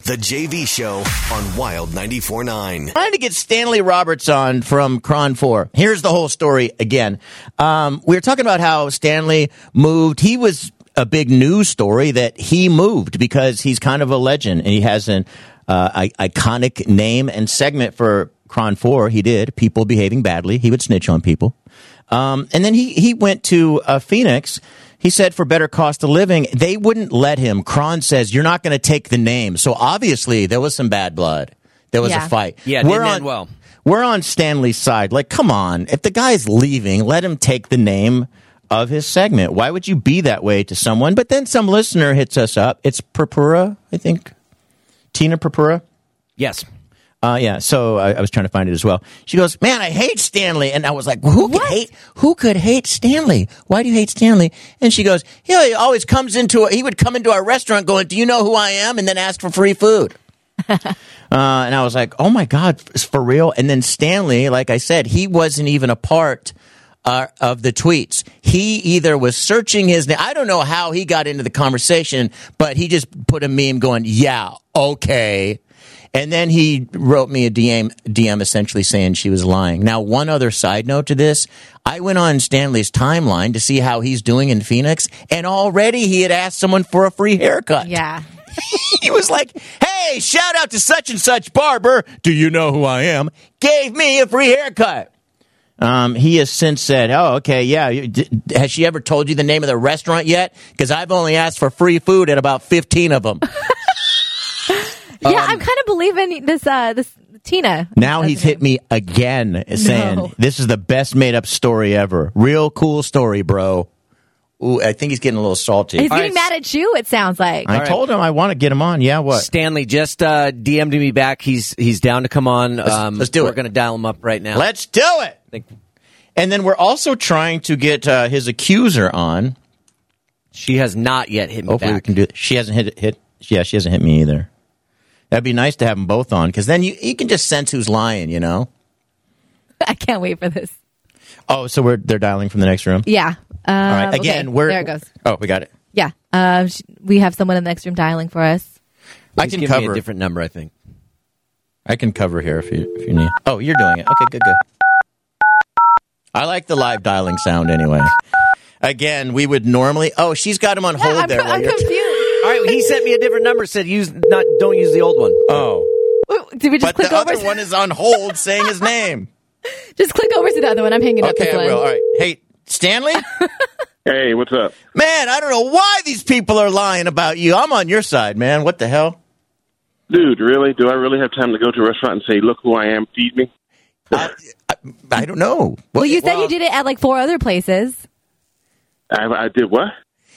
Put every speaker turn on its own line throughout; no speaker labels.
The JV Show on Wild 94.9.
trying to get Stanley Roberts on from Cron 4. Here's the whole story again. Um, we were talking about how Stanley moved. He was a big news story that he moved because he's kind of a legend and he has an uh, I- iconic name and segment for Cron 4. He did. People behaving badly. He would snitch on people. Um, and then he, he went to uh, Phoenix. He said for better cost of living, they wouldn't let him. Cron says, you're not going to take the name. So obviously there was some bad blood. There was
Yeah.
a fight.
Yeah, it didn't
on,
end well.
We're on Stanley's side. Like, come on. If the guy's leaving, let him take the name of his segment. Why would you be that way to someone? But then some listener hits us up. It's Purpura, I think. Tina Purpura.
Yes.
Uh, yeah, so I, I was trying to find it as well. She goes, "Man, I hate Stanley," and I was like, "Who could hate? Who could hate Stanley? Why do you hate Stanley?" And she goes, "Yeah, he always comes into he would come into our restaurant going, "Do you know who I am?" and then ask for free food." Uh, and I was like, oh my God, f- for real? And then Stanley, like I said, he wasn't even a part uh, of the tweets. He either was searching his name. I don't know how he got into the conversation, but he just put a meme going, yeah, okay. And then he wrote me a DM, DM essentially saying she was lying. Now, one other side note to this I went on Stanley's timeline to see how he's doing in Phoenix, and already he had asked someone for a free haircut
Yeah.
he was like, "Hey, shout out to such and such barber. Do you know who I am? Gave me a free haircut." Um, he has since said, "Oh, okay, yeah. you- d- d- Has she ever told you the name of the restaurant yet? Because I've only asked for free food at about fifteen of them." Um,
yeah, I'm kind of believing this uh this Tina.
Now he's hit me again, saying,
No.
"This is the best made-up story ever. Real cool story, bro." Ooh, I think he's getting a little salty.
He's
All
getting
right.
mad at you, it sounds like.
I
right.
told him I want to get him on. Yeah, what?
Stanley just uh, DM'd me back. He's he's down to come on. Um,
let's do
we're
it.
going to dial him up right now.
Let's do it.
I think
And then we're also trying to get uh, his accuser on.
she has not yet hit me
Hopefully
back.
we can do it. She hasn't hit hit. Yeah, she hasn't hit me either. That'd be nice to have them both on because then you you can just sense who's lying. You know.
I can't wait for this.
Oh, so we're they're dialing from the next room.
Yeah. Uh,
All right. Again, we're
there it goes.
Oh, we got it.
Yeah. Uh, sh- we have someone in the next room dialing for us.
I
He's
can
giving me
cover.
a different number. I think.
I can cover here if you if you need. Oh, you're doing it. Okay, good, good. I like the live dialing sound anyway. Again, we would normally. Oh, she's got him on hold
I'm,
there.
I'm
while you're-
confused.
All right, he sent me a different number. Said use not don't use the old one.
oh,
Wait, Did we just
but
click
the
over?
other one is on hold saying his name.
just click over to the other one. I'm hanging up
Okay,
this
I
one.
will. All right. Hey, Stanley.
Hey, what's up?
Man, I don't know why these people are lying about you. I'm on your side, man. What the hell?
Dude, really? Do I really have time to go to a restaurant and say, look who I am, feed me?
I, I, I don't know. What,
Well, you said you did it at like four other places.
I, I did what?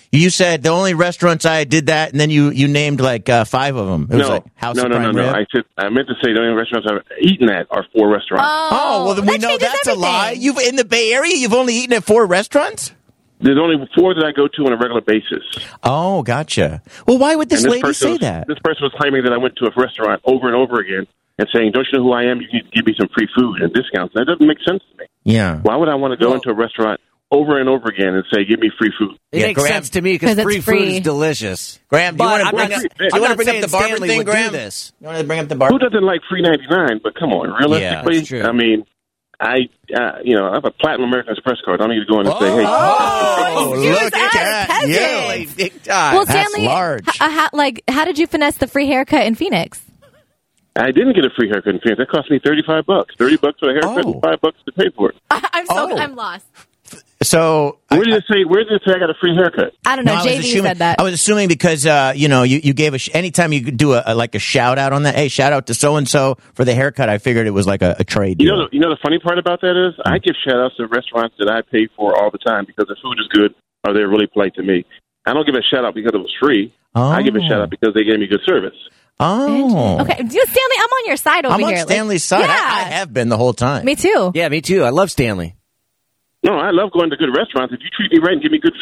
you said the only restaurants I did that, and then you you named like uh, five of them. It was
no.
like House
no,
of
no, no,
Prime
no,
Rib.
I said I meant to say the only restaurants I've eaten at are four restaurants.
oh, well, then we
that
know
changes
that's
everything.
a lie. You've in the Bay Area, you've only eaten at four restaurants.
There's only four that I go to on a regular basis.
Oh, gotcha. Well, why would this, lady
person
say
was,
that?
This person was claiming that I went to a restaurant over and over again and saying, don't you know who I am? You can give me some free food and discounts. That doesn't make sense to me.
yeah.
Why would I want to go into a restaurant over and over again and say, give me free food?
It
Yeah,
makes
Graham-
sense to me
'Cause
because
it's
free, food
free.
is delicious.
Graham, do you
But
wanna
I'm
bring
not-
up- do you
I'm
wanna
not
bring up
saying
the barber
Stanley
thing,
would do
Graham?
this.
You want to bring up the
Who
bar?
doesn't like free ninety nine? But come on,
Yeah,
realistically,
that's true.
I mean, I uh, you know I have a platinum American Express card. I don't need to go in and say, hey,
Oh,
Excuse
look
us,
at
peasants.
you.
Big time.
Well,
That's
Stanley,
large.
h- uh, how- like, how did you finesse the free haircut in Phoenix?
I didn't get a free haircut in Phoenix. That cost me thirty five bucks. Thirty bucks for a haircut
Oh.
and five bucks to pay for it.
I'm so
Oh.
I'm lost.
So
Where did it say? Where did it say I got a free haircut?
I don't
No,
know.
I was
JV
assuming,
said that.
I was assuming because uh, you know you, you gave a sh- anytime you could do a, a like a shout out on that. Hey, shout out to so and so for the haircut. I figured it was like a, a trade
You
deal.
know, the, you know the funny part about that is I give shout outs to restaurants that I pay for all the time because the food is good or they're really polite to me. I don't give a shout out because it was free. I give a
Oh.
shout out because they gave me good service.
oh,
Okay, do- Stanley, I'm on your side over
I'm on
here. Like,
Stanley's side.
Yeah,
I, I have been the whole time.
me too.
yeah, me too. I love Stanley.
No, I love going to good restaurants. If you treat me right and give me good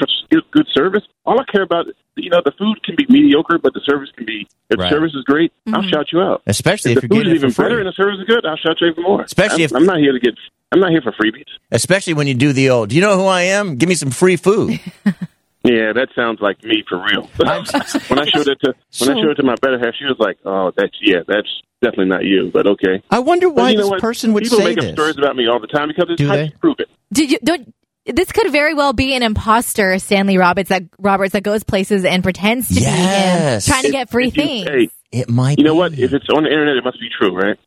good service, all I care about, you know, the food can be mediocre, but the service can be. If
Right.
the service is great,
Mm-hmm.
I'll shout you out.
Especially
if
if
the
you're
food
getting
is
it for
even better
free.
and the service is good, I'll shout you even more.
Especially
I'm,
if-
I'm not here to get. I'm not here for freebies.
Especially when you do the old. You know who I am? Give me some free food.
Yeah, that sounds like me for real. when I showed it to when I showed it to my better half, she was like, "Oh, that's yeah, that's definitely not you." But okay.
I wonder
But
why
you know
this
what?
person would
People
say
make
this.
up stories about me all the time because it's
Do
how
they?
you prove it.
Did you don't? This could very well be an imposter, Stanley Roberts that Roberts that goes places and pretends to
Yes.
be him, trying to get free
If you-
things.
hey,
It might.
you know
be.
what? If it's on the internet, it must be true, right?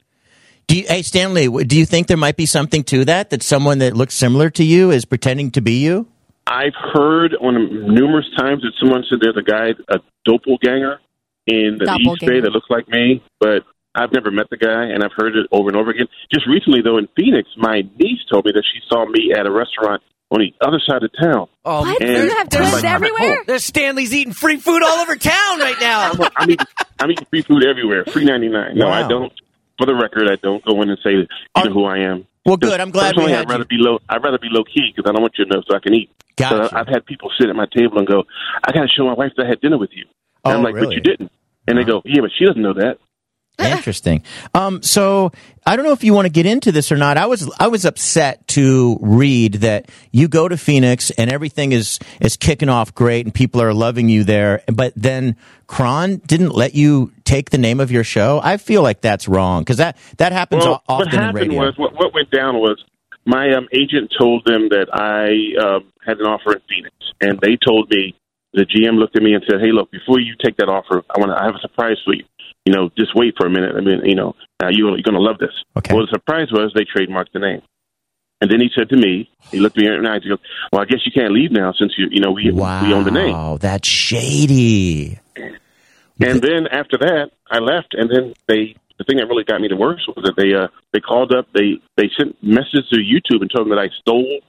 Do you, hey Stanley, w- do you think there might be something to that? That someone that looks similar to you is pretending to be you?
I've heard on numerous times that someone said there's a guy, a doppelganger in the East
Doppelganger.
Bay that looks like me, but I've never met the guy, and I've heard it over and over again. Just recently, though, in Phoenix, my niece told me that she saw me at a restaurant on the other side of town.
Oh,
What?
and-
you have
there's
twins
like-
everywhere?
there's Stanley's eating free food all over town right now.
I'm, I'm, eating, I'm eating free food everywhere, free ninety nine. No,
Wow.
I don't. For the record, I don't go in and say you know who I am.
Well, good. I'm glad we
Personally,
had
I'd rather
you.
be low. I'd rather be low key because I don't want you to know, so I can eat.
Gotcha.
So I've had people sit at my table and go, "I got to show my wife that I had dinner with you." And
Oh,
I'm like,
really? Uh-huh.
"But you didn't." And they go, "Yeah, but she doesn't know that."
Interesting. Um, so I don't know if you want to get into this or not. I was I was upset to read that you go to Phoenix and everything is is kicking off great and people are loving you there, but then Kron didn't let you take the name of your show. I feel like that's wrong because that that happens
Well,
o-
what
often in
happened
radio.
was what, what went down was my um, agent told them that I um, had an offer in Phoenix, and they told me the GM looked at me and said, "Hey, look, before you take that offer, I want to I have a surprise for you. You know, just wait for a minute. I mean, you know, uh, you, you're going to love this."
Okay.
Well, the surprise was they trademarked the name, and then he said to me, he looked me in the eyes, he goes, "Well, I guess you can't leave now since you you know we
wow,
we own the name."
that's shady.
And then after that, I left, and then they. The thing that really got me the worst was that they uh, they called up, they they sent messages to YouTube and told them that I stole,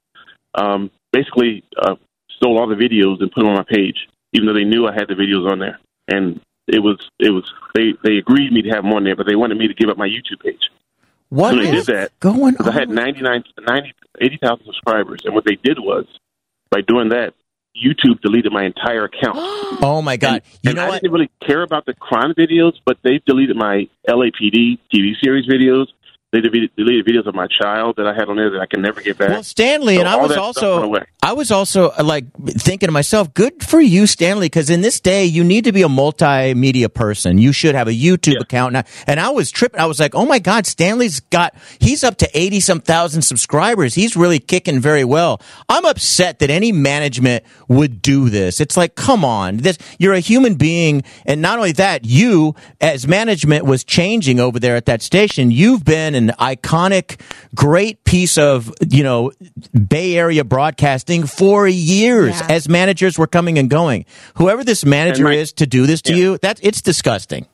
um, basically uh, stole all the videos and put them on my page, even though they knew I had the videos on there. And it was it was they they agreed me to have them on there, but they wanted me to give up my YouTube page.
What
So they
is
did that.
going
Because
on?
I had 99, 90, 80,000 subscribers, and what they did was by doing that, YouTube deleted my entire account.
oh my god! you
and
know
I
what?
didn't really care about the crime videos, but they've deleted my LAPD TV series videos. They deleted, deleted videos of my child that I had on there that I can never get back.
Well, Stanley,
So
and I
all
was
that stuff went
also
away.
I was also uh, like thinking to myself, good for you, Stanley, because in this day you need to be a multimedia person. You should have a YouTube account. And I, and I was tripping. I was like, oh my god, Stanley's got he's up to eighty some thousand subscribers. He's really kicking very well. I'm upset that any management would do this. It's like, come on, this you're a human being, and not only that, you as management was changing over there at that station. You've been an iconic, great piece of you know Bay Area broadcasting for years
Yeah.
as managers were coming and going. Whoever this manager
And my-
is to do this to you, that it's disgusting.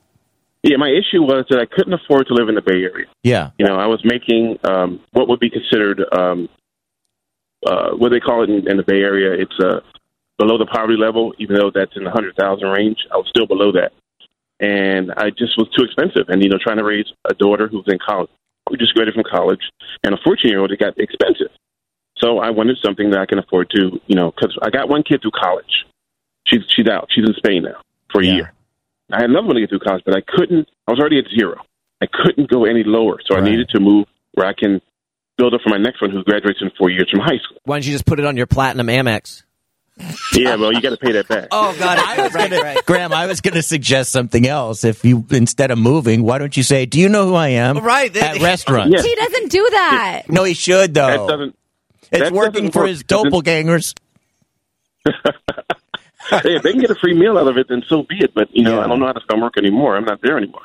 yeah, my issue was that I couldn't afford to live in the Bay Area.
Yeah.
You know, I was making um, what would be considered um, uh, what they call it in, in the Bay Area. It's uh, below the poverty level, even though that's in the hundred thousand range. I was still below that, and I just was too expensive. And you know, trying to raise a daughter who's in college, who just graduated from college, and a fourteen-year-old, it got expensive. So I wanted something that I can afford to, you know, because I got one kid through college. She's she's out. She's in Spain now for a
Yeah.
year. I had another one to get through college, but I couldn't. I was already at zero. I couldn't go any lower, so
Right.
I needed to move where I can build up for my next one, who graduates in four years from high school.
Why don't you just put it on your platinum Amex?
Yeah, well, you got to pay that back.
Oh, God,
I was
right,
gonna,
right.
Graham, I was going to suggest something else. If you instead of moving, why don't you say, "Do you know who I am?"
Right, that-
at restaurants.
Yeah.
He doesn't do that.
No, he should
that
though.
doesn't.
it's
that
working
doesn't
for
work
his
because it's-
doppelgangers.
Hey, if they can get a free meal out of it, then so be it. But you know,
Yeah.
I don't know how to come work anymore. I'm not there anymore.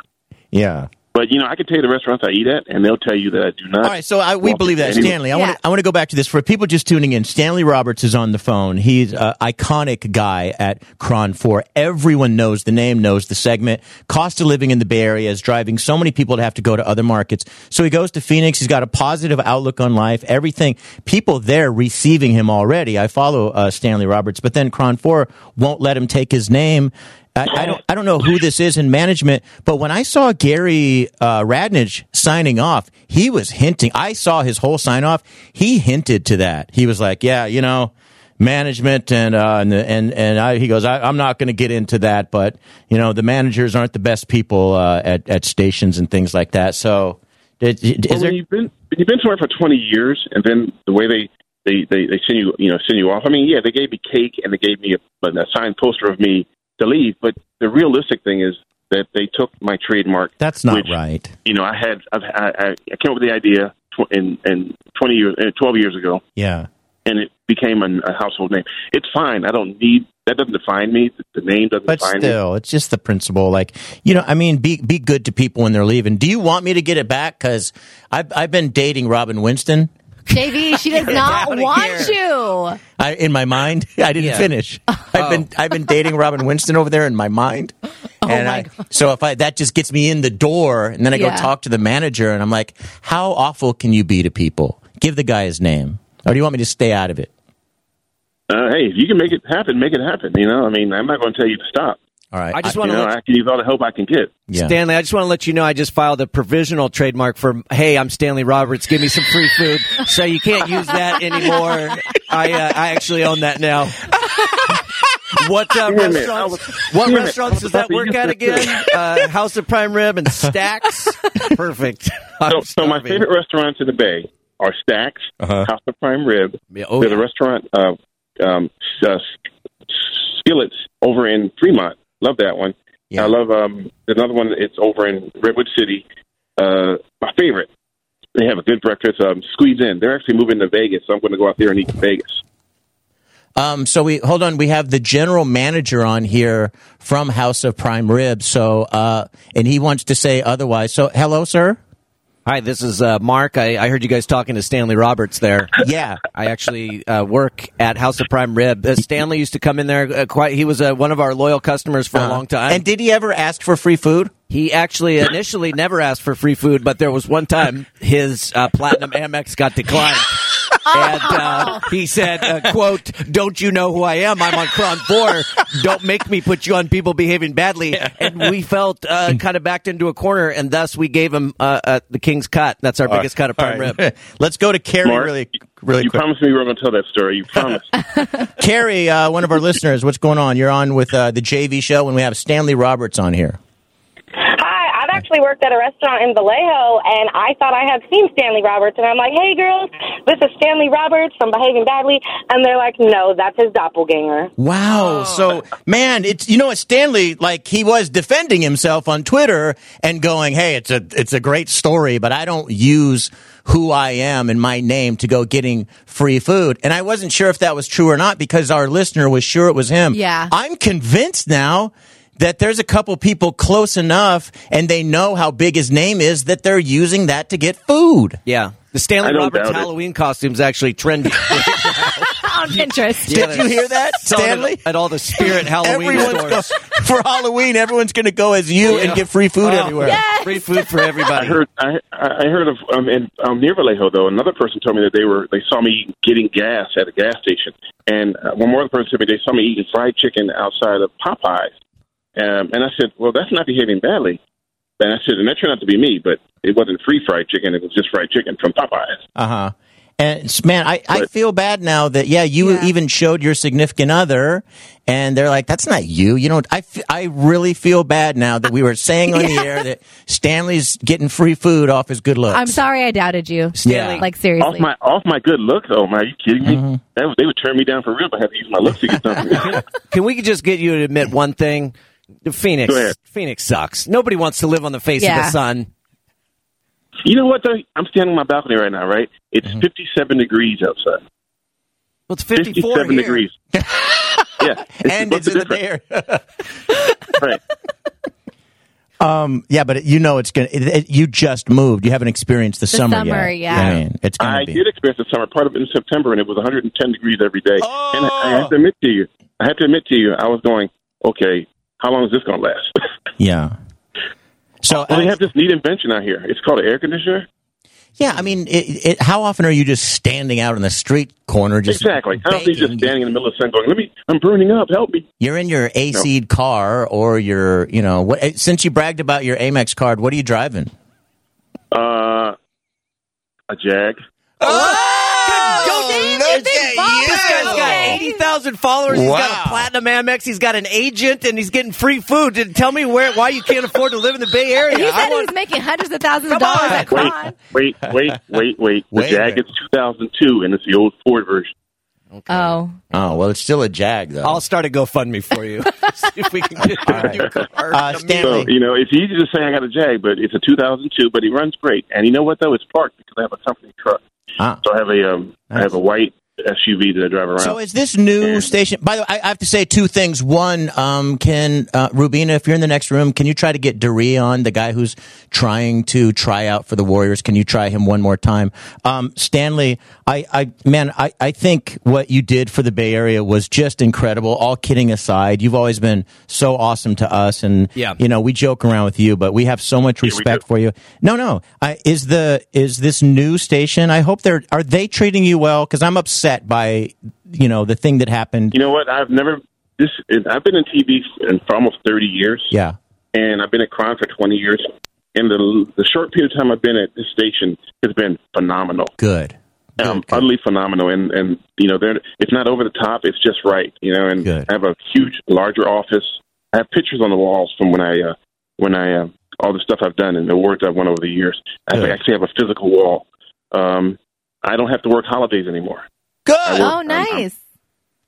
Yeah.
But you know, I can tell you the restaurants I eat at, and they'll tell you that I do not.
All right, so I, we
Well,
believe that
anyway.
Stanley. I want
Yeah.
to I want to go back to this for people just tuning in. Stanley Roberts is on the phone. He's an iconic guy at Cron Four. Everyone knows the name, knows the segment. Cost of living in the Bay Area is driving so many people to have to go to other markets. So he goes to Phoenix. He's got a positive outlook on life. Everything people there receiving him already. I follow uh, Stanley Roberts, but then Cron Four won't let him take his name. I, I don't I don't know who this is in management, but when I saw Gary uh, Radnich signing off, he was hinting. I saw his whole sign off. He hinted to that. He was like, "Yeah, you know, management and uh, and and and I." He goes, I, "I'm not going to get into that, but you know, the managers aren't the best people uh, at at stations and things like that." So, is, is
Well,
there?
when you've been when you've been somewhere for 20 years, and then the way they They, they they send you you know send you off. I mean, yeah, they gave me cake and they gave me a, a signed poster of me to leave. But the realistic thing is that they took my trademark.
That's not
which,
right.
You know, I had I've, I I I came up with the idea tw- in in twenty years uh, twelve years ago,
Yeah.
and it became a, a household name. It's fine. I don't need that. Doesn't define me. The, the name doesn't
But
define me.
still, it's just the principle. Like, you know, I mean, be be good to people when they're leaving. Do you want me to get it back? Because I've, I've been dating Robin Winston.
JV, she does not
happening
want
here?
you.
I, in my mind, I didn't
Yeah.
finish. I've been I've been dating Robin Winston over there in my mind, and
Oh my
I, so if I that just gets me in the door, and then I
Yeah.
go talk to the manager, and I'm like, "How awful can you be to people? Give the guy his name, or do you want me to stay out of it?"
Uh, hey, if you can make it happen, make it happen. You know, I mean, I'm not going to tell you to stop.
All right,
I just
You
want to
know,
let
I can use all the help I can get.
yeah.
Stanley, I just want to let you know I just filed a provisional trademark for "Hey, I'm Stanley Roberts. Give me some free food." so you can't use that anymore. I uh, I actually own that now. What uh,
Wait a minute, I
restaurants? what
was- wait a minute,
restaurants
I was
does that
about to
work
use
at
that too.
again? Uh, House of Prime Rib and Stacks. Perfect. I'm
So, so my
starving.
favorite restaurants in the Bay are Stacks, House of Prime Rib.
Yeah, oh,
There's
yeah.
a restaurant, uh, um, S- uh, Skillets, over in Fremont. Love that one.
Yeah.
I love um, another one. It's over in Redwood City. Uh, my favorite. They have a good breakfast. Um, squeeze in. They're actually moving to Vegas, so I'm going to go out there and eat in Vegas.
Um, so we hold on. We have the general manager on here from House of Prime Rib. So uh, and he wants to say otherwise. So hello, sir.
Hi, this is uh, Mark. I, I heard you guys talking to Stanley Roberts there.
Yeah.
I actually uh, work at House of Prime Rib. Uh, Stanley used to come in there uh, quite. He was uh, one of our loyal customers for a
Uh-huh.
long time.
And did he ever ask for free food?
He actually initially never asked for free food, but there was one time his uh, platinum Amex got declined. And uh, he said, uh, "quote Don't you know who I am? I'm on Cron Four. Don't make me put you on people behaving badly." And we felt uh, kind of backed into a corner, and thus we gave him uh, uh, the king's cut. That's our biggest cut of prime rib.
Let's go to Carrie
Mark,
really, really
you
quick.
promised me you were going to tell that story. You promised.
Carrie, uh, one of our listeners, what's going on? You're on with uh, the JV show, and we have Stanley Roberts on here.
Hi, I've actually worked at a restaurant in Vallejo, and I thought I had seen Stanley Roberts, and I'm like, hey, girls, this is Stanley Roberts from Behaving Badly, and they're like, no, that's his doppelganger.
Wow. So, man, it's you know, what Stanley like he was defending himself on Twitter and going, "Hey, it's a it's a great story, but I don't use who I am and my name to go getting free food." And I wasn't sure if that was true or not because our listener was sure it was him.
Yeah.
I'm convinced now that there's a couple people close enough and they know how big his name is that they're using that to get food.
Yeah, the
I
Stanley
don't
Roberts
doubt it.
Halloween costume's actually trendy.
On Pinterest.
Yeah,
Did you hear that,
it's on at-
Stanley?
At all the Spirit Halloween
Everyone's
stores.
go- for Halloween, everyone's going to go as you and get free food
Oh,
everywhere.
Free food for
I
everybody.
heard I I heard of um, in um, near Vallejo though. Another person told me that they were they saw me getting gas at a gas station, and uh, one more other person told me they saw me eating fried chicken outside of Popeyes, um, and I said, well, that's not behaving badly. And I said, and that turned out to be me, but it wasn't free fried chicken; it was just fried chicken from Popeyes.
Uh huh. And it's- man, I, I
But-
feel bad now that yeah, you
Yeah.
even showed your significant other, and they're like, "That's not you." You know, I, f- I really feel bad now that we were saying on the air that Stanley's getting free food off his good looks.
I'm sorry I doubted you.
Stanley.
Like, seriously.
Off my off my good look though, man. Are you kidding me? That was- they would turn me down for real. If I had to use my looks to get something.
Can we just get you to admit one thing? Phoenix.
Go ahead.
Phoenix sucks. Nobody wants to live on the face of
Yeah.
the sun.
you know what? Though I'm standing on my balcony right now. Right? It's 57 degrees outside.
Well, it's 54
57
here.
degrees. yeah.
and
what's
it's in the
difference?
air.
Right.
Um, yeah, but it, you know it's gonna. It, it- you just moved. You haven't experienced the, summer,
summer,
yet.
yeah.
I mean, it's gonna
I
be.
did experience the summer part of it in September, and it was 110 degrees every day. And I, I
Oh!
have to admit to you, I have to admit to you, I was going, okay, how long is this going to last?
Yeah. So uh,
well,
I-
they have this neat invention out here. It's called an air conditioner.
Yeah, I mean, it, it, how often are you just standing out in the street corner? Just
Exactly. I don't think just
baking?
standing in the middle of the sun going, let me, I'm burning up, help me.
You're in your AC car or your, you know, what, eh, since you bragged about your Amex card, what are you driving?
Uh, a Jag.
Go
look at you.
This guy's got
Okay.
eighty thousand followers. He's got
Wow.
a platinum Amex. He's got an agent, and he's getting free food. And tell me where why you can't afford to live in the Bay Area.
He
I
said
want-
he's making hundreds of thousands of
Come
dollars
on.
at
Wait,
con.
wait, wait, wait, wait. The
Wait a
Jag is 2002, and it's the old Ford version.
Oh,
Oh well, it's still a jag though.
I'll start a GoFundMe for you. See if we can get you a new car.
Uh, Stanley,
So, you know, it's easy to say I got a Jag, but it's a 2002, but it runs great. And you know what, though? It's parked because I have a company truck.
Ah.
So I have a, um, I have a white SUV that I drive around.
So is this new station? By the way, I, I have to say two things. One, um, can uh, Rubina, if you're in the next room, can you try to get Duree on the guy who's trying to try out for the Warriors? Can you try him one more time? Um, Stanley, I, I man, I, I think what you did for the Bay Area was just incredible. All kidding aside, you've always been so awesome to us, and
Yeah.
you know we joke around with you, but we have so much
we
respect
do.
for you. No, no. I, is the is this new station? I hope they're are they treating you well? Because I'm upset by you know the thing that happened.
you know what? I've never, this, I've been in TV f- for almost 30 years.
yeah.
and I've been at crime for 20 years. And the the short period of time I've been at this station has been phenomenal,
Good.
um, utterly phenomenal. And and you know, they're, it's not over the top; it's just right. You know, and
Good.
I have a huge, larger office. I have pictures on the walls from when I uh, when I uh, all the stuff I've done and the awards I've won over the years. I
Good.
actually have a physical wall. Um, I don't have to work holidays anymore.
Good.
I work-
oh,
I'm- I'm-
nice.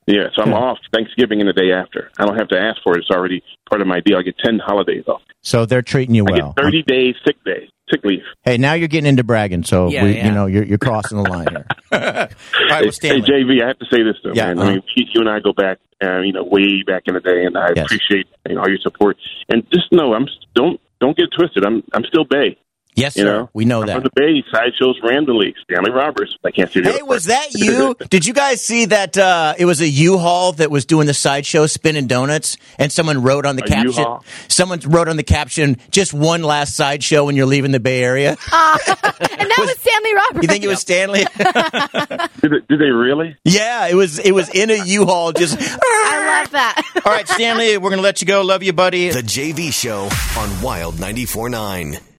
Yeah, so I'm off Thanksgiving and the day after. I don't have to ask for it; it's already part of my deal. I get 10 holidays off.
So they're treating you
I
well.
get 30 days sick days, sick leave.
Hey, now you're getting into bragging. So
Yeah,
we,
yeah.
you know you're, you're crossing the line here. All right, well,
Hey,
Stanley.
JV, I have to say this though,
Yeah,
man.
uh-huh.
I mean, Keith, you and I go back, uh, you know, way back in the day, and I
Yes.
appreciate you know, all your support. And just know, I'm don't don't get twisted. I'm I'm still Bay.
yes,
You
sir.
know,
we know
I'm from
that.
the Bay. Sideshows, randomly, Stanley Roberts. I can't see the
Hey,
other
was
part.
that you? Did you guys see that? Uh, it was a U-Haul that was doing the sideshow spinning donuts, and someone wrote on the
A
caption.
U-Haul?
Someone wrote on the caption, "Just one last sideshow when you're leaving the Bay Area."
And that was Stanley Roberts.
You think it was Stanley?
Did, they- did they really?
yeah, it was. It was in a U-Haul. Just
I love that.
all right, Stanley. We're gonna let you go. Love you, buddy.
The JV Show on Wild 94.9.